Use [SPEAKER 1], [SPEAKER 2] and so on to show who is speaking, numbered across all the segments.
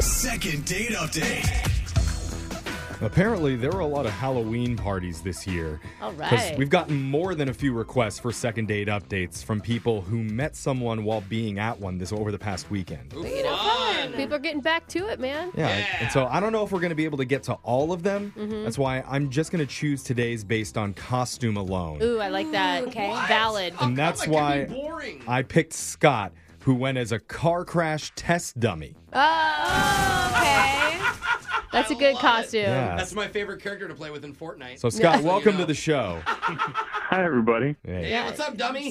[SPEAKER 1] Second date update.
[SPEAKER 2] Apparently, there were a lot of Halloween parties this year.
[SPEAKER 3] All
[SPEAKER 2] 'Cause
[SPEAKER 3] right.
[SPEAKER 2] We've gotten more than a few requests for second date updates from people who met someone while being at one this over the past weekend.
[SPEAKER 3] People are getting back to it, man.
[SPEAKER 2] Yeah. And so I don't know if we're going to be able to get to all of them. That's why I'm just going to choose today's based on costume alone.
[SPEAKER 3] Ooh, I like that. okay. Valid.
[SPEAKER 2] And that's why
[SPEAKER 4] boring.
[SPEAKER 2] I picked Scott, who went as a car crash test dummy.
[SPEAKER 3] Oh, okay. That's a good costume.
[SPEAKER 2] Yeah.
[SPEAKER 4] That's my favorite character to play with in Fortnite.
[SPEAKER 2] So, Scott,
[SPEAKER 4] you
[SPEAKER 2] welcome
[SPEAKER 4] know.
[SPEAKER 2] to the show.
[SPEAKER 5] Hi, everybody.
[SPEAKER 2] Hey.
[SPEAKER 4] yeah, what's up, dummy?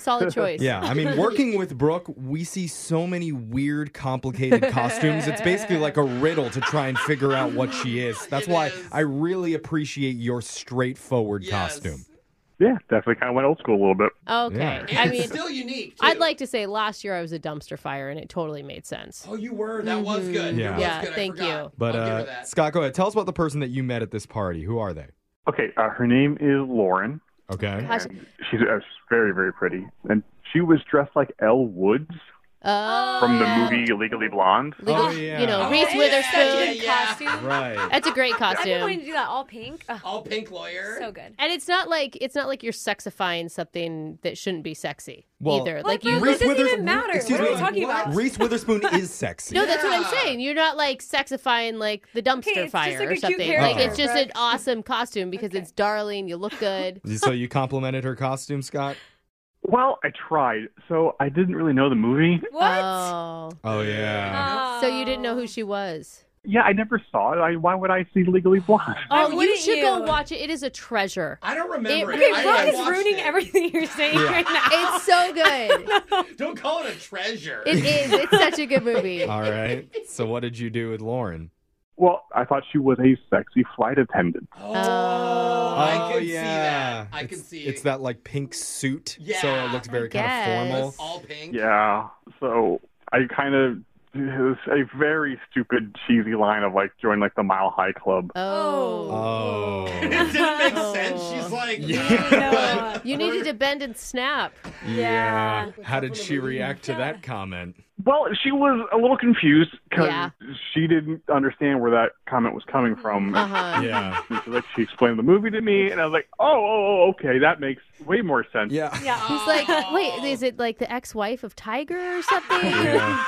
[SPEAKER 3] solid choice.
[SPEAKER 2] Yeah, I mean, working with Brooke, we see so many weird, complicated costumes. It's basically like a riddle to try and figure out what she is. That's
[SPEAKER 4] It
[SPEAKER 2] why
[SPEAKER 4] is.
[SPEAKER 2] I really appreciate your straightforward
[SPEAKER 4] Yes.
[SPEAKER 2] costume.
[SPEAKER 5] Yeah, definitely kind of went old school a little bit.
[SPEAKER 3] Okay.
[SPEAKER 2] Yeah.
[SPEAKER 3] I
[SPEAKER 4] It's
[SPEAKER 3] mean,
[SPEAKER 4] still unique. too.
[SPEAKER 3] I'd like to say last year I was a dumpster fire and it totally made sense.
[SPEAKER 4] Oh, you were. That was good.
[SPEAKER 2] Yeah.
[SPEAKER 4] It was
[SPEAKER 3] Yeah,
[SPEAKER 4] good. I
[SPEAKER 3] thank
[SPEAKER 4] forgot.
[SPEAKER 3] you.
[SPEAKER 2] But
[SPEAKER 4] I'll give her
[SPEAKER 2] uh,
[SPEAKER 4] that.
[SPEAKER 2] Scott, go ahead. Tell us about the person that you met at this party. Who are they?
[SPEAKER 5] Okay, uh, her name is Lauren.
[SPEAKER 2] Okay.
[SPEAKER 3] Gosh.
[SPEAKER 5] She's uh, very, very pretty. And she was dressed like Elle Woods
[SPEAKER 3] Oh,
[SPEAKER 5] from the movie Legally Blonde.
[SPEAKER 3] legal-
[SPEAKER 2] Oh, yeah.
[SPEAKER 3] you know,
[SPEAKER 2] Oh,
[SPEAKER 3] Reese
[SPEAKER 4] yeah,
[SPEAKER 3] Witherspoon.
[SPEAKER 4] yeah, yeah.
[SPEAKER 6] costume.
[SPEAKER 2] Right.
[SPEAKER 3] That's a great
[SPEAKER 6] I've been wanting
[SPEAKER 3] costume.
[SPEAKER 6] to do that all pink. Ugh,
[SPEAKER 4] all pink lawyer.
[SPEAKER 6] so good.
[SPEAKER 3] And it's not like it's not like you're sexifying something that shouldn't be sexy
[SPEAKER 2] Well,
[SPEAKER 3] either.
[SPEAKER 6] Well,
[SPEAKER 3] Like you
[SPEAKER 6] bro,
[SPEAKER 2] Reese
[SPEAKER 6] it doesn't
[SPEAKER 2] Withers-
[SPEAKER 6] even matter.
[SPEAKER 2] excuse
[SPEAKER 6] What are we
[SPEAKER 2] me,
[SPEAKER 6] talking about?
[SPEAKER 2] Reese Witherspoon is sexy.
[SPEAKER 3] No, that's what I'm
[SPEAKER 4] Yeah.
[SPEAKER 3] saying. You're not like sexifying like the dumpster
[SPEAKER 6] Okay, it's just
[SPEAKER 3] fire
[SPEAKER 6] like a
[SPEAKER 3] or
[SPEAKER 6] cute
[SPEAKER 3] something.
[SPEAKER 6] character,
[SPEAKER 3] like it's just an
[SPEAKER 6] Brooke.
[SPEAKER 3] awesome costume because
[SPEAKER 6] Okay.
[SPEAKER 3] it's darling. You look good.
[SPEAKER 2] So you complimented her costume, Scott?
[SPEAKER 5] Well, I tried. So I didn't really know the movie.
[SPEAKER 6] What?
[SPEAKER 3] Oh,
[SPEAKER 2] Oh yeah.
[SPEAKER 6] Oh.
[SPEAKER 3] so you didn't know who she was?
[SPEAKER 5] Yeah, I never saw it. I, why would I see Legally Blonde?
[SPEAKER 6] Why
[SPEAKER 3] oh, you
[SPEAKER 6] wouldn't
[SPEAKER 3] should go
[SPEAKER 6] you?
[SPEAKER 3] watch it. It is a treasure.
[SPEAKER 4] I don't remember
[SPEAKER 3] It- Okay,
[SPEAKER 4] it. I- I
[SPEAKER 6] Brooke is
[SPEAKER 4] watched
[SPEAKER 6] ruining
[SPEAKER 4] it.
[SPEAKER 6] everything you're saying
[SPEAKER 2] Yeah.
[SPEAKER 6] right now.
[SPEAKER 3] It's so good.
[SPEAKER 4] Don't call it a treasure.
[SPEAKER 3] it is. It's such a good
[SPEAKER 6] Uh,
[SPEAKER 3] movie.
[SPEAKER 2] All right. So what did you do with Lauren?
[SPEAKER 5] Well, I thought she was a sexy flight attendant.
[SPEAKER 4] oh, I
[SPEAKER 2] oh
[SPEAKER 4] can
[SPEAKER 2] yeah.
[SPEAKER 4] see that. I
[SPEAKER 2] it's,
[SPEAKER 4] can see
[SPEAKER 2] It's that like pink suit. So
[SPEAKER 4] Yeah.
[SPEAKER 2] it looks very
[SPEAKER 3] I
[SPEAKER 2] kind of
[SPEAKER 3] guess.
[SPEAKER 2] formal.
[SPEAKER 4] all pink.
[SPEAKER 5] Yeah, so I kind of. It was a very stupid, cheesy line of like, join like the Mile High Club.
[SPEAKER 2] Oh.
[SPEAKER 3] Oh.
[SPEAKER 4] it didn't make
[SPEAKER 3] Oh.
[SPEAKER 4] sense. She's like,
[SPEAKER 2] Yeah.
[SPEAKER 6] No.
[SPEAKER 3] You needed to bend and snap.
[SPEAKER 2] Yeah.
[SPEAKER 6] uh, Yeah.
[SPEAKER 2] How did she react to that comment?
[SPEAKER 5] Well, she was a little confused because
[SPEAKER 3] Yeah.
[SPEAKER 5] she didn't understand where that comment was coming from.
[SPEAKER 3] Uh huh.
[SPEAKER 2] Yeah.
[SPEAKER 5] And so, like, she explained the movie to me, and I was like, "Oh, oh, oh, okay, that makes way more sense."
[SPEAKER 2] Yeah.
[SPEAKER 6] yeah.
[SPEAKER 3] He's like, wait, is it like the ex-wife of Tiger or something?
[SPEAKER 2] Yeah.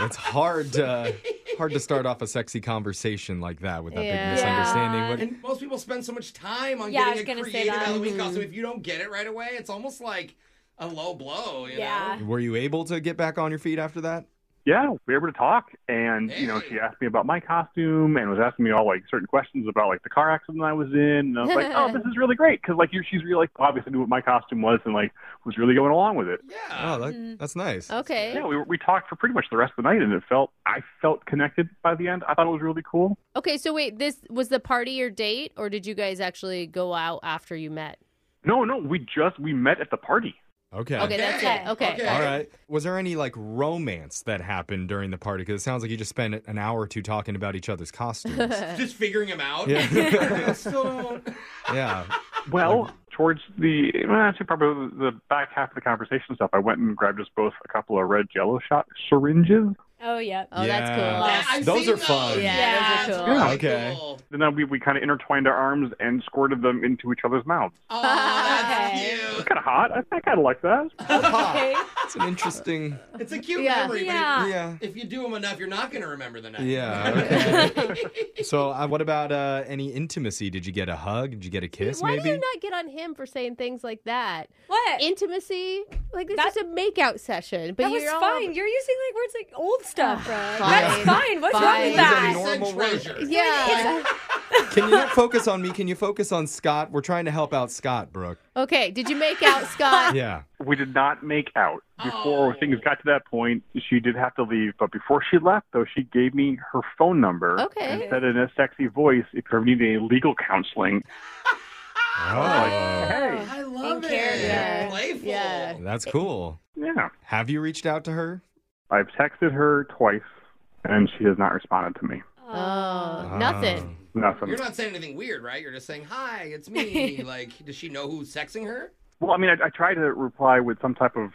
[SPEAKER 2] It's hard to hard to start off a sexy conversation like that with that
[SPEAKER 3] Yeah.
[SPEAKER 2] big misunderstanding.
[SPEAKER 4] And most people spend so much time on
[SPEAKER 6] Yeah, I was
[SPEAKER 4] getting a
[SPEAKER 6] gonna say
[SPEAKER 4] creative
[SPEAKER 6] that.
[SPEAKER 4] Halloween costume. If you don't get it right away, it's almost like a low blow. You
[SPEAKER 6] Yeah.
[SPEAKER 4] Know?
[SPEAKER 2] But were you able to get back on your feet after that?
[SPEAKER 5] Yeah, we were able to talk, and you know,
[SPEAKER 4] Hey.
[SPEAKER 5] she asked me about my costume and was asking me all like certain questions about like the car accident I was in, and I was like, "Oh, this is really great," because like you- she's really like obviously knew what my costume was and like was really going along with it.
[SPEAKER 4] Yeah.
[SPEAKER 2] Oh,
[SPEAKER 3] mm.
[SPEAKER 2] that, that's nice.
[SPEAKER 3] Okay.
[SPEAKER 5] Yeah, we were- we talked for pretty much the rest of the night, and it felt I felt connected by the end. I thought it was really cool.
[SPEAKER 3] Okay, so wait, this was the party your date, or did you guys actually go out after you met?
[SPEAKER 5] No, no, we just we met at the party.
[SPEAKER 2] Okay.
[SPEAKER 3] Okay, that's it. Okay.
[SPEAKER 4] Okay.
[SPEAKER 2] All right. Was there any like romance that happened during the party? Because it sounds like you just spent an hour or two talking about each other's costumes.
[SPEAKER 4] Just figuring him out.
[SPEAKER 2] Yeah.
[SPEAKER 4] I still don't.
[SPEAKER 2] yeah.
[SPEAKER 5] Well, towards the well, actually probably the back half of the conversation stuff, I went and grabbed us both a couple of red Jello shot syringes,
[SPEAKER 6] Oh, yeah.
[SPEAKER 3] Oh, that's
[SPEAKER 2] Yeah.
[SPEAKER 3] cool.
[SPEAKER 4] Yeah, I've
[SPEAKER 2] Those
[SPEAKER 4] seen
[SPEAKER 2] are fun.
[SPEAKER 3] Yeah,
[SPEAKER 4] Yeah,
[SPEAKER 3] those are
[SPEAKER 4] that's
[SPEAKER 3] cool.
[SPEAKER 4] really
[SPEAKER 2] Okay.
[SPEAKER 4] cool.
[SPEAKER 5] and then we, we kind of intertwined our arms and squirted them into each other's mouths.
[SPEAKER 4] Oh, that's
[SPEAKER 6] Okay.
[SPEAKER 4] cute.
[SPEAKER 5] Kind of hot. I think I like that.
[SPEAKER 6] Okay.
[SPEAKER 2] It's an interesting.
[SPEAKER 4] It's a cute
[SPEAKER 3] Yeah.
[SPEAKER 4] memory. But
[SPEAKER 6] Yeah.
[SPEAKER 2] Yeah.
[SPEAKER 4] if, if you do them enough, you're not going to remember the night.
[SPEAKER 2] Yeah. Okay. so, uh, what about uh, any intimacy? Did you get a hug? Did you get a kiss?
[SPEAKER 3] Why do
[SPEAKER 2] maybe.
[SPEAKER 3] you not get on him for saying things like that?
[SPEAKER 6] What?
[SPEAKER 3] Intimacy, like this
[SPEAKER 6] That-
[SPEAKER 3] is a makeout session. But
[SPEAKER 6] that was
[SPEAKER 3] you're all-
[SPEAKER 6] fine. You're using like words like old stuff, bro.
[SPEAKER 3] fine.
[SPEAKER 6] That's fine. What's wrong
[SPEAKER 3] Fine.
[SPEAKER 4] These
[SPEAKER 6] with
[SPEAKER 2] These
[SPEAKER 4] are
[SPEAKER 2] nor-
[SPEAKER 6] that?
[SPEAKER 4] said
[SPEAKER 2] normal
[SPEAKER 4] treasure.
[SPEAKER 3] Yeah.
[SPEAKER 2] Can you not focus on me? Can you focus on Scott? We're trying to help out Scott, Brooke.
[SPEAKER 3] okay. Did you make out, Scott?
[SPEAKER 2] Yeah.
[SPEAKER 5] We did not make out before
[SPEAKER 4] Oh.
[SPEAKER 5] things got to that point. She did have to leave, but before she left, though, she gave me her phone number
[SPEAKER 3] Okay.
[SPEAKER 5] and said in a sexy voice, "If you ever need any legal counseling,
[SPEAKER 2] Oh,
[SPEAKER 5] hey,
[SPEAKER 4] I love
[SPEAKER 6] In
[SPEAKER 4] it.
[SPEAKER 6] character.
[SPEAKER 4] Playful.
[SPEAKER 3] Yeah.
[SPEAKER 2] that's cool.
[SPEAKER 5] yeah."
[SPEAKER 2] Have you reached out to her?
[SPEAKER 5] I've texted her twice, and she has not responded to me.
[SPEAKER 3] Oh,
[SPEAKER 2] Um,
[SPEAKER 3] nothing.
[SPEAKER 5] Nothing.
[SPEAKER 4] You're not saying anything weird, right? You're just saying, "Hi, it's me." like, does she know who's sexing her?
[SPEAKER 5] Well, I mean, I, I try to reply with some type of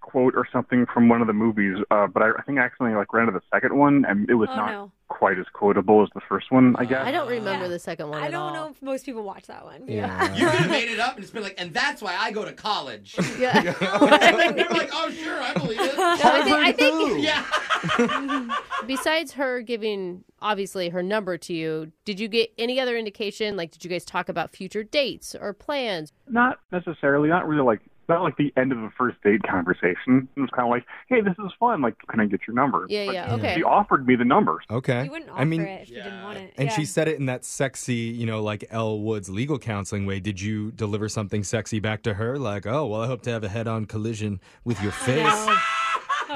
[SPEAKER 5] quote or something from one of the movies, uh, but I, I think I accidentally like ran to the second one, and it was
[SPEAKER 6] Oh,
[SPEAKER 5] not
[SPEAKER 6] no.
[SPEAKER 5] quite as quotable as the first one. I guess.
[SPEAKER 3] I don't remember
[SPEAKER 6] Yeah.
[SPEAKER 3] the second one.
[SPEAKER 6] I
[SPEAKER 3] at
[SPEAKER 6] don't
[SPEAKER 3] all.
[SPEAKER 6] know if most people watch that one.
[SPEAKER 2] Yeah.
[SPEAKER 4] You could have made it up and just been like, and that's why I go to college.
[SPEAKER 3] Yeah.
[SPEAKER 4] and they're like, oh, sure, I believe it.
[SPEAKER 3] No, I think, I think
[SPEAKER 2] Who?
[SPEAKER 4] Yeah.
[SPEAKER 3] besides her giving obviously her number to you, did you get any other indication? Like, did you guys talk about future dates or plans?
[SPEAKER 5] Not necessarily. Not really like not like the end of the first date conversation. It was kind of like, hey, this is fun. Like, can I get your number?
[SPEAKER 3] Yeah,
[SPEAKER 5] But
[SPEAKER 3] yeah, okay.
[SPEAKER 5] She offered me the number.
[SPEAKER 2] Okay.
[SPEAKER 6] You wouldn't offer
[SPEAKER 2] I mean,
[SPEAKER 6] it if you didn't
[SPEAKER 4] Yeah.
[SPEAKER 6] want it.
[SPEAKER 2] and
[SPEAKER 6] yeah.
[SPEAKER 2] she said it in that sexy, you know, like Elle Woods legal counseling way. Did you deliver something sexy back to her? Like, oh, well, I hope to have a head on collision with your face,
[SPEAKER 6] No.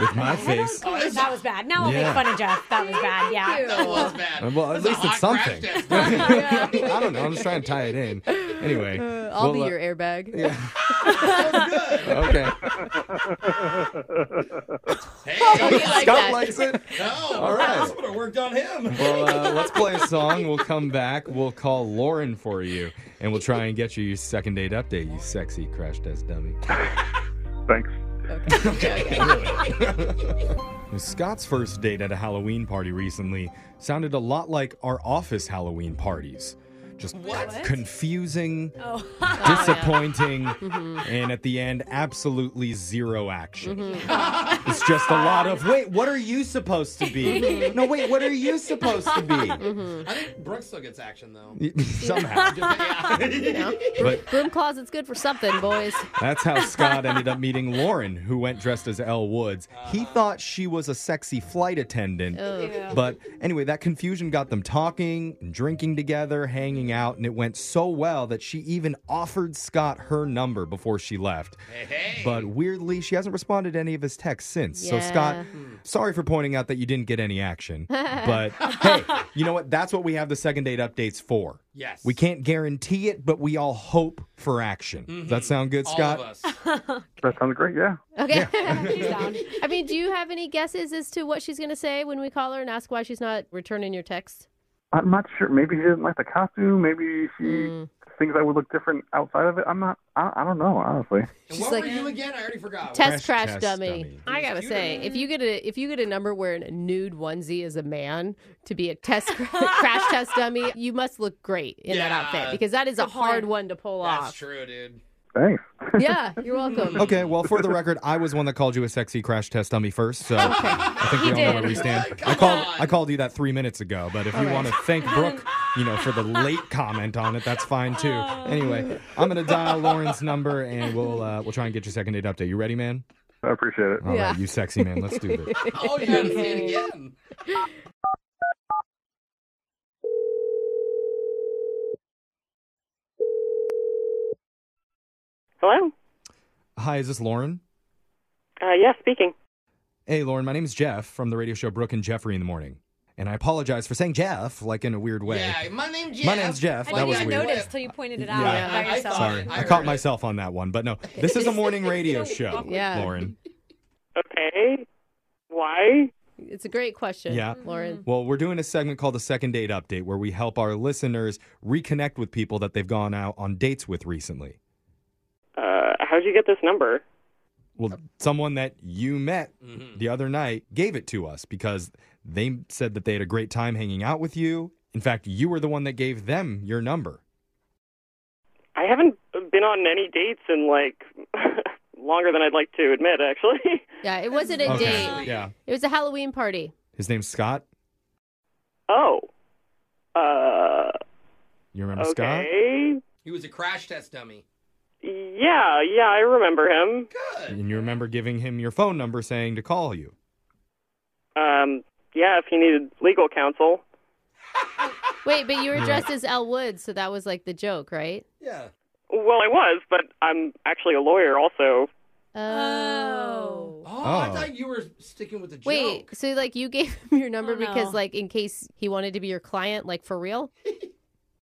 [SPEAKER 2] with my
[SPEAKER 6] Head on
[SPEAKER 2] face.
[SPEAKER 6] collision, that was bad. Now we'll
[SPEAKER 2] Yeah.
[SPEAKER 6] make fun of Jeff. That was bad. Yeah.
[SPEAKER 4] That was bad.
[SPEAKER 2] Well, at
[SPEAKER 4] That's a
[SPEAKER 2] least it's
[SPEAKER 4] hot crash
[SPEAKER 2] something.
[SPEAKER 4] test.
[SPEAKER 2] I don't know. I'm just trying to tie it in. Anyway,
[SPEAKER 3] Uh, I'll
[SPEAKER 2] well,
[SPEAKER 3] be
[SPEAKER 2] uh,
[SPEAKER 3] your airbag.
[SPEAKER 2] Okay.
[SPEAKER 4] Hey,
[SPEAKER 3] You like
[SPEAKER 2] Scott
[SPEAKER 3] that.
[SPEAKER 2] likes it.
[SPEAKER 4] no,
[SPEAKER 2] All right.
[SPEAKER 4] this would have worked on him.
[SPEAKER 2] Well, uh, let's play a song. We'll come back. We'll call Lauren for you, and we'll try and get you your second date update. You sexy crash test dummy.
[SPEAKER 5] Thanks.
[SPEAKER 2] Scott's first date at a Halloween party recently sounded a lot like our office Halloween parties. Just
[SPEAKER 4] What?
[SPEAKER 2] confusing,
[SPEAKER 6] Oh.
[SPEAKER 2] disappointing, and at the end, absolutely zero action. it's just a lot of, wait, what are you supposed to be? no, wait, what are you supposed to be?
[SPEAKER 4] I think Brooke still gets action, though.
[SPEAKER 2] Somehow.
[SPEAKER 4] Yeah.
[SPEAKER 2] But
[SPEAKER 3] Broom closet's good for something, boys.
[SPEAKER 2] That's how Scott ended up meeting Lauren, who went dressed as Elle Woods. He
[SPEAKER 4] Uh-huh.
[SPEAKER 2] thought she was a sexy flight attendant.
[SPEAKER 6] Ew.
[SPEAKER 2] But anyway, that confusion got them talking and drinking together, hanging out, and it went so well that she even offered Scott her number before she left.
[SPEAKER 4] Hey, hey.
[SPEAKER 2] But weirdly, she hasn't responded to any of his texts since. So,
[SPEAKER 3] Yeah.
[SPEAKER 2] Scott,
[SPEAKER 4] Hmm.
[SPEAKER 2] sorry for pointing out that you didn't get any action. but hey, you know what? That's what we have the second date updates for.
[SPEAKER 4] yes.
[SPEAKER 2] We can't guarantee it, but we all hope for action. Does that sound good,
[SPEAKER 4] Mm-hmm. All
[SPEAKER 2] Scott?
[SPEAKER 4] of us.
[SPEAKER 5] That sounds great. Yeah.
[SPEAKER 3] Okay.
[SPEAKER 6] She's down.
[SPEAKER 3] I mean, do you have any guesses as to what she's going to say when we call her and ask why she's not returning your text?
[SPEAKER 5] I'm not sure. Maybe she doesn't like the costume. Maybe she thinks I would look different outside of it. I'm not. I, I don't know. Honestly.
[SPEAKER 4] And what
[SPEAKER 3] like-
[SPEAKER 4] were you again? I already forgot.
[SPEAKER 3] Test
[SPEAKER 2] Crash
[SPEAKER 3] crash
[SPEAKER 2] test
[SPEAKER 3] dummy.
[SPEAKER 2] dummy.
[SPEAKER 3] I gotta
[SPEAKER 4] Cute,
[SPEAKER 3] say, if you get a if you get a number wearing a nude onesie as a man to be a test crash test dummy, you must look great in that
[SPEAKER 4] Yeah.
[SPEAKER 3] outfit because that is a
[SPEAKER 6] Good
[SPEAKER 3] hard
[SPEAKER 6] point.
[SPEAKER 3] one to pull
[SPEAKER 4] That's
[SPEAKER 3] off.
[SPEAKER 4] true, dude.
[SPEAKER 5] Thanks.
[SPEAKER 3] Yeah, you're welcome.
[SPEAKER 2] Okay, well, for the record, I was one that called you a sexy crash test dummy first, so I think we
[SPEAKER 6] He
[SPEAKER 2] all know where
[SPEAKER 6] did.
[SPEAKER 2] we stand.
[SPEAKER 4] Come
[SPEAKER 2] I called
[SPEAKER 4] on.
[SPEAKER 2] I called you that three minutes ago, but if you want to thank Brooke, you know, for the late comment on it, that's fine too.
[SPEAKER 4] Oh.
[SPEAKER 2] Anyway, I'm gonna dial Lauren's number and we'll uh, we'll try and get your second date update. You ready, man?
[SPEAKER 5] I appreciate it.
[SPEAKER 2] All right,
[SPEAKER 3] Yeah.
[SPEAKER 2] you sexy man. Let's do this.
[SPEAKER 4] Oh, you gotta say it again.
[SPEAKER 7] Hello.
[SPEAKER 2] Hi, is this Lauren?
[SPEAKER 7] Uh, yeah, speaking.
[SPEAKER 2] Hey, Lauren. My name is Jeff from the radio show Brooke and Jeffrey in the morning, and I apologize for saying Jeff like in a weird way.
[SPEAKER 4] Yeah, my name's Jeff.
[SPEAKER 2] My name's Jeff.
[SPEAKER 6] I
[SPEAKER 2] That
[SPEAKER 6] didn't
[SPEAKER 2] was
[SPEAKER 6] even
[SPEAKER 2] weird.
[SPEAKER 6] notice till you pointed it out
[SPEAKER 2] Yeah.
[SPEAKER 6] by
[SPEAKER 4] I
[SPEAKER 6] yourself.
[SPEAKER 4] thought-
[SPEAKER 2] Sorry, I,
[SPEAKER 4] Oh, I
[SPEAKER 2] caught
[SPEAKER 4] heard it.
[SPEAKER 2] myself on that one, but no, this is a morning radio show,
[SPEAKER 3] Yeah.
[SPEAKER 2] Lauren.
[SPEAKER 7] Okay. Why?
[SPEAKER 3] It's a great question.
[SPEAKER 2] Yeah.
[SPEAKER 3] Lauren.
[SPEAKER 2] Well, we're doing a segment called the Second Date Update where we help our listeners reconnect with people that they've gone out on dates with recently.
[SPEAKER 7] Uh, how'd you get this number?
[SPEAKER 2] Well, someone that you met
[SPEAKER 4] Mm-hmm.
[SPEAKER 2] the other night gave it to us because they said that they had a great time hanging out with you. In fact, you were the one that gave them your number.
[SPEAKER 7] I haven't been on any dates in like longer than I'd like to admit, actually.
[SPEAKER 3] Yeah, it wasn't a
[SPEAKER 2] Okay.
[SPEAKER 3] date.
[SPEAKER 2] Yeah.
[SPEAKER 3] It was a Halloween party.
[SPEAKER 2] His name's Scott.
[SPEAKER 7] oh. Uh,
[SPEAKER 2] You remember Scott?
[SPEAKER 7] okay.
[SPEAKER 4] He was a crash test dummy.
[SPEAKER 7] Yeah, yeah, I remember him.
[SPEAKER 4] Good.
[SPEAKER 2] And you remember giving him your phone number saying to call you.
[SPEAKER 7] Um, yeah, if he needed legal counsel.
[SPEAKER 3] Wait, but you were dressed as Elle Woods, so that was like the joke, right?
[SPEAKER 4] Yeah.
[SPEAKER 7] Well, I was, but I'm actually a lawyer also.
[SPEAKER 3] Oh.
[SPEAKER 6] Oh.
[SPEAKER 4] Oh, I
[SPEAKER 2] Oh.
[SPEAKER 4] thought you were sticking with the joke.
[SPEAKER 3] Wait, so like you gave him your number
[SPEAKER 6] Oh, no.
[SPEAKER 3] because like in case he wanted to be your client, like for real?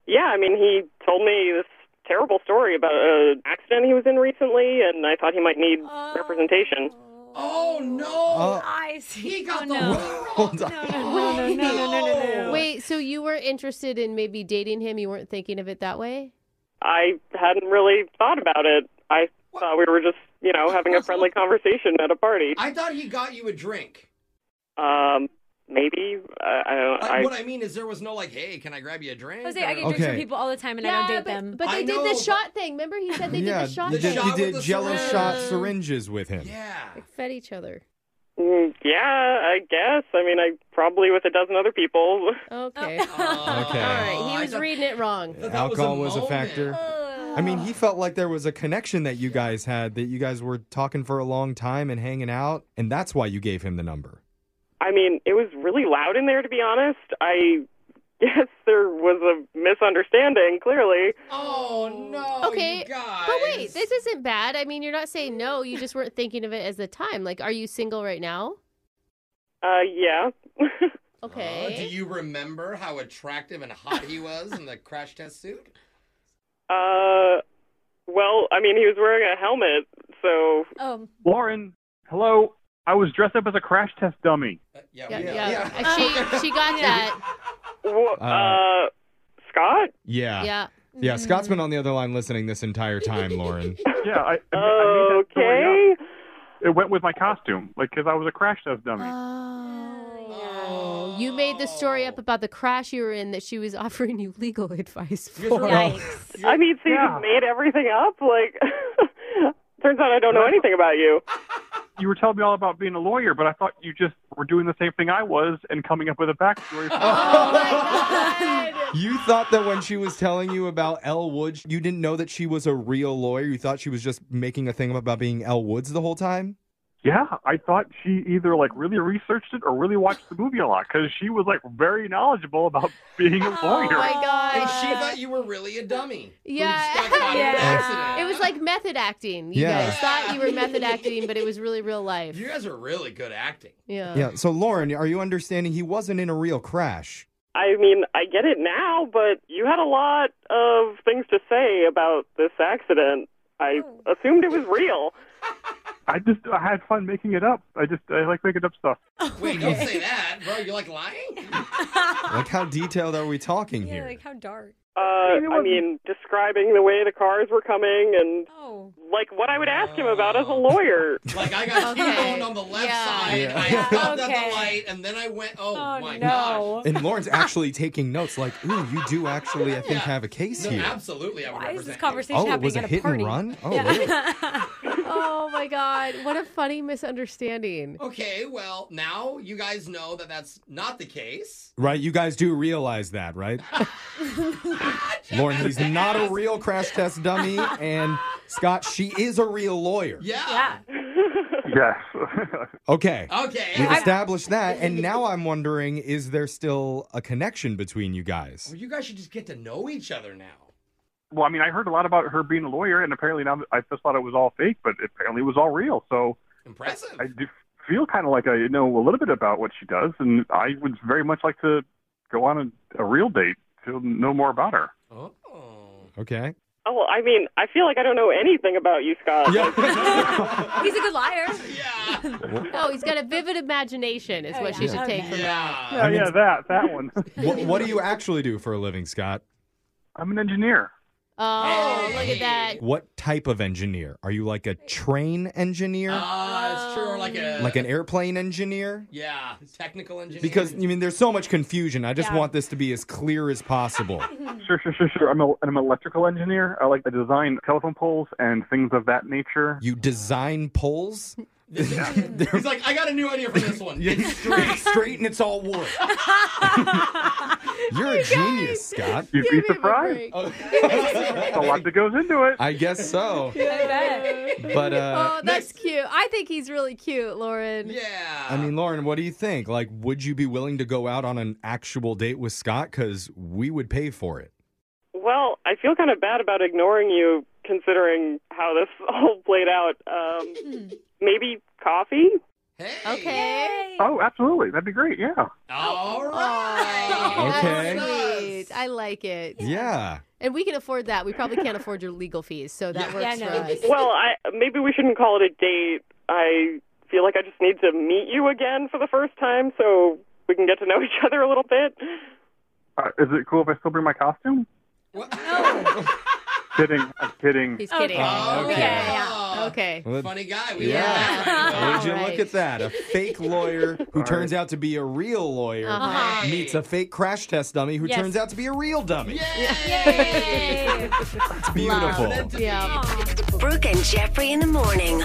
[SPEAKER 7] Yeah, I mean, he told me this terrible story about an accident he was in recently, and I thought he might need
[SPEAKER 6] Oh.
[SPEAKER 7] representation.
[SPEAKER 4] Oh no.
[SPEAKER 2] Oh.
[SPEAKER 6] I see.
[SPEAKER 4] He got
[SPEAKER 6] oh,
[SPEAKER 4] the
[SPEAKER 6] no.
[SPEAKER 4] whole
[SPEAKER 2] Hold on.
[SPEAKER 6] No, no, no, no, no, no, no, no, no.
[SPEAKER 3] Wait, so you were interested in maybe dating him? You weren't thinking of it that way?
[SPEAKER 7] I hadn't really thought about it. I thought we were just you know, having a friendly conversation at a party.
[SPEAKER 4] I thought he got you a drink.
[SPEAKER 7] Um, maybe I, I don't.
[SPEAKER 4] Like,
[SPEAKER 7] I,
[SPEAKER 4] what I mean is, there was no like, "Hey, can I grab you a drink?"
[SPEAKER 6] Jose, I get
[SPEAKER 4] or-
[SPEAKER 6] drinks from
[SPEAKER 2] Okay.
[SPEAKER 6] people all the time, and I
[SPEAKER 3] yeah,
[SPEAKER 6] don't date
[SPEAKER 3] but,
[SPEAKER 6] them.
[SPEAKER 3] but
[SPEAKER 4] I
[SPEAKER 3] they did
[SPEAKER 4] know,
[SPEAKER 3] the shot thing. Remember, he said they
[SPEAKER 2] yeah,
[SPEAKER 3] did the shot
[SPEAKER 2] you did,
[SPEAKER 4] thing.
[SPEAKER 3] thing.
[SPEAKER 4] shot
[SPEAKER 2] you
[SPEAKER 4] with
[SPEAKER 2] did
[SPEAKER 4] the
[SPEAKER 2] jello
[SPEAKER 4] syringe.
[SPEAKER 2] shot syringes with him.
[SPEAKER 4] yeah.
[SPEAKER 3] Fed each other.
[SPEAKER 7] mm, yeah, I guess. I mean, I probably with a dozen other people.
[SPEAKER 3] Okay.
[SPEAKER 4] Oh,
[SPEAKER 2] Okay.
[SPEAKER 3] All right.
[SPEAKER 4] I
[SPEAKER 3] He was
[SPEAKER 4] thought-
[SPEAKER 3] reading it wrong.
[SPEAKER 4] I thought that
[SPEAKER 2] Alcohol was a
[SPEAKER 4] moment.
[SPEAKER 2] factor. I mean, he felt like there was a connection that you guys had, that you guys were talking for a long time and hanging out, and that's why you gave him the number.
[SPEAKER 7] I mean, it was really loud in there. To be honest, I guess there was a misunderstanding. Clearly,
[SPEAKER 4] Oh no.
[SPEAKER 3] Okay,
[SPEAKER 4] You guys.
[SPEAKER 3] But wait, this isn't bad. I mean, you're not saying no. You just weren't thinking of it as the time. Like, are you single right now?
[SPEAKER 7] uh, yeah.
[SPEAKER 4] Uh, do
[SPEAKER 3] Okay.
[SPEAKER 4] you remember how attractive and hot he was in the crash test suit?
[SPEAKER 7] uh, well, I mean, he was wearing a helmet, so
[SPEAKER 6] Oh,
[SPEAKER 5] Lauren, hello. I was dressed up as a crash test dummy.
[SPEAKER 4] Uh, yeah,
[SPEAKER 3] yeah,
[SPEAKER 4] we-
[SPEAKER 3] yeah. Uh, She she got that.
[SPEAKER 7] wha-
[SPEAKER 2] Uh,
[SPEAKER 7] uh, Scott.
[SPEAKER 2] Yeah.
[SPEAKER 3] Yeah.
[SPEAKER 2] Yeah, Scott's been on the other line listening this entire time, Lauren.
[SPEAKER 5] Yeah, I, I, I made that story up.
[SPEAKER 7] Okay.
[SPEAKER 5] It went with my costume, like because I was a crash test dummy.
[SPEAKER 3] Oh. You made the story up about the crash you were in that she was offering you legal advice
[SPEAKER 4] Here's
[SPEAKER 3] for.
[SPEAKER 4] where-
[SPEAKER 6] yikes.
[SPEAKER 7] I mean, so you
[SPEAKER 5] Yeah.
[SPEAKER 7] just made everything up? Like, turns out I don't know anything about you.
[SPEAKER 5] you were telling me all about being a lawyer, but I thought you just were doing the same thing I was and coming up with a backstory. For-
[SPEAKER 2] You thought that when she was telling you about Elle Woods, you didn't know that she was a real lawyer. You thought she was just making a thing about being Elle Woods the whole time?
[SPEAKER 5] yeah, I thought she either like really researched it or really watched the movie a lot because she was like very knowledgeable about being a
[SPEAKER 3] Oh
[SPEAKER 5] lawyer.
[SPEAKER 3] my
[SPEAKER 4] And
[SPEAKER 3] god.
[SPEAKER 4] she thought you were really a dummy. who
[SPEAKER 3] Uh, Yeah.
[SPEAKER 4] just got caught in an
[SPEAKER 6] Yeah.
[SPEAKER 4] accident.
[SPEAKER 3] It was like method acting. You
[SPEAKER 2] Yeah.
[SPEAKER 3] guys thought you were method acting, but it was really real life.
[SPEAKER 4] You
[SPEAKER 3] Yeah.
[SPEAKER 4] guys are really good acting.
[SPEAKER 3] Uh.
[SPEAKER 2] Yeah. So, Lauren, are you understanding he wasn't in a real crash?
[SPEAKER 7] I mean, I get it now, but you had a lot of things to say about this accident. I assumed it was real.
[SPEAKER 5] I just I had fun making it up. I just I like making up stuff.
[SPEAKER 4] Wait, don't say that, bro. You like lying?
[SPEAKER 2] Like, how detailed are we talking
[SPEAKER 6] Yeah,
[SPEAKER 2] here?
[SPEAKER 6] like how dark.
[SPEAKER 7] Uh,
[SPEAKER 5] Maybe it
[SPEAKER 7] I
[SPEAKER 5] wasn't-
[SPEAKER 7] mean, describing the way the cars were coming and,
[SPEAKER 6] Oh.
[SPEAKER 7] like, what I would ask him about as a lawyer.
[SPEAKER 4] Like I got
[SPEAKER 3] Okay.
[SPEAKER 4] T-boned on the left
[SPEAKER 3] Yeah.
[SPEAKER 4] side.
[SPEAKER 2] Yeah.
[SPEAKER 4] I stopped at
[SPEAKER 6] Okay.
[SPEAKER 4] the light, and then I went. Oh,
[SPEAKER 6] Oh
[SPEAKER 4] my
[SPEAKER 6] no.
[SPEAKER 2] and Lauren's actually taking notes, like, ooh, you do actually, I think, have a case
[SPEAKER 4] gosh! No,
[SPEAKER 2] here.
[SPEAKER 4] absolutely, I would
[SPEAKER 6] Why is this
[SPEAKER 4] represent
[SPEAKER 6] conversation
[SPEAKER 2] Oh, it
[SPEAKER 6] happening
[SPEAKER 2] was a
[SPEAKER 6] at a
[SPEAKER 2] hit
[SPEAKER 6] party?
[SPEAKER 2] and run? Oh, really?
[SPEAKER 6] Yeah.
[SPEAKER 3] Oh my god. What a funny misunderstanding.
[SPEAKER 4] you. Okay, well now you guys know that that's not the case.
[SPEAKER 2] Right, you guys do realize that, right? Lauren, he's not a real crash test dummy, and Scott, she is a real lawyer.
[SPEAKER 4] Yeah.
[SPEAKER 6] yeah.
[SPEAKER 5] Yes.
[SPEAKER 2] Okay.
[SPEAKER 4] Okay.
[SPEAKER 2] We've established that, and now I'm wondering is there still a connection between you guys?
[SPEAKER 4] Well, you guys should just get to know each other now.
[SPEAKER 5] well, I mean, I heard a lot about her being a lawyer, and apparently now I just thought it was all fake, but apparently it was all real. So
[SPEAKER 4] Impressive.
[SPEAKER 5] I do feel kind of like I know a little bit about what she does, and I would very much like to go on a, a real date to know more about her.
[SPEAKER 4] oh.
[SPEAKER 2] Okay.
[SPEAKER 7] Oh, I mean, I feel like I don't know anything about you, Scott.
[SPEAKER 6] He's a good liar.
[SPEAKER 4] Yeah.
[SPEAKER 3] Oh, he's got a vivid imagination, is
[SPEAKER 6] Oh,
[SPEAKER 3] what
[SPEAKER 6] yeah.
[SPEAKER 3] she should take
[SPEAKER 6] Okay.
[SPEAKER 3] from
[SPEAKER 4] Yeah.
[SPEAKER 5] Yeah, Oh, yeah, that that one.
[SPEAKER 2] what, what do you actually do for a living, Scott?
[SPEAKER 5] I'm an engineer.
[SPEAKER 3] Oh, look at that.
[SPEAKER 2] What type of engineer? Are you like a train engineer?
[SPEAKER 4] Ah, it's true. Or like a
[SPEAKER 2] like an airplane engineer?
[SPEAKER 4] yeah technical engineer.
[SPEAKER 2] Because, I mean, there's so much confusion. I just
[SPEAKER 6] Yeah.
[SPEAKER 2] want this to be as clear as possible.
[SPEAKER 5] Sure, sure, sure, sure. I'm, a, I'm an electrical engineer. I like to design telephone poles and things of that nature.
[SPEAKER 2] You design poles?
[SPEAKER 4] This is- he's like, I got a new idea for this one. It's
[SPEAKER 2] straight, straight and it's all wood. You're a genius, Scott.
[SPEAKER 5] You'd be surprised. There's a lot that goes into it.
[SPEAKER 2] I guess so.
[SPEAKER 6] I bet.
[SPEAKER 2] But uh
[SPEAKER 3] Oh, that's cute. I think he's really cute, Lauren.
[SPEAKER 4] Yeah.
[SPEAKER 2] I mean, Lauren, what do you think? Like, would you be willing to go out on an actual date with Scott? Because we would pay for it.
[SPEAKER 7] Well, I feel kind of bad about ignoring you, considering how this all played out. Um,
[SPEAKER 5] Mm-hmm.
[SPEAKER 7] maybe coffee?
[SPEAKER 4] hey.
[SPEAKER 3] Okay.
[SPEAKER 5] Oh, absolutely. That'd be great. Yeah.
[SPEAKER 4] All
[SPEAKER 3] Oh,
[SPEAKER 4] right.
[SPEAKER 2] Okay.
[SPEAKER 3] That's sweet. I like it.
[SPEAKER 2] Yeah.
[SPEAKER 3] And we can afford that. We probably can't afford your legal fees, so that
[SPEAKER 6] Yeah,
[SPEAKER 3] works
[SPEAKER 6] no.
[SPEAKER 3] for us.
[SPEAKER 7] Well, I maybe we shouldn't call it a date. I feel like I just need to meet you again for the first time, so we can get to know each other a little bit.
[SPEAKER 5] Uh, is it cool if I still bring my costume?
[SPEAKER 4] What?
[SPEAKER 5] Kidding. I'm kidding.
[SPEAKER 3] He's kidding.
[SPEAKER 6] Okay.
[SPEAKER 2] Okay.
[SPEAKER 6] Yeah, yeah, yeah.
[SPEAKER 3] Oh, okay.
[SPEAKER 2] Well,
[SPEAKER 4] Oh. Funny guy. We
[SPEAKER 2] Yeah.
[SPEAKER 4] learned that right away.
[SPEAKER 2] Would you
[SPEAKER 3] All right.
[SPEAKER 2] look at that? A fake lawyer who turns out to be a real lawyer
[SPEAKER 3] Uh-huh.
[SPEAKER 2] meets a fake crash test dummy who
[SPEAKER 6] Yes.
[SPEAKER 2] turns out to be a real dummy.
[SPEAKER 6] Yay!
[SPEAKER 2] It's beautiful.
[SPEAKER 4] Meant to be.
[SPEAKER 3] Yeah.
[SPEAKER 8] Brooke and Jeffrey in the morning.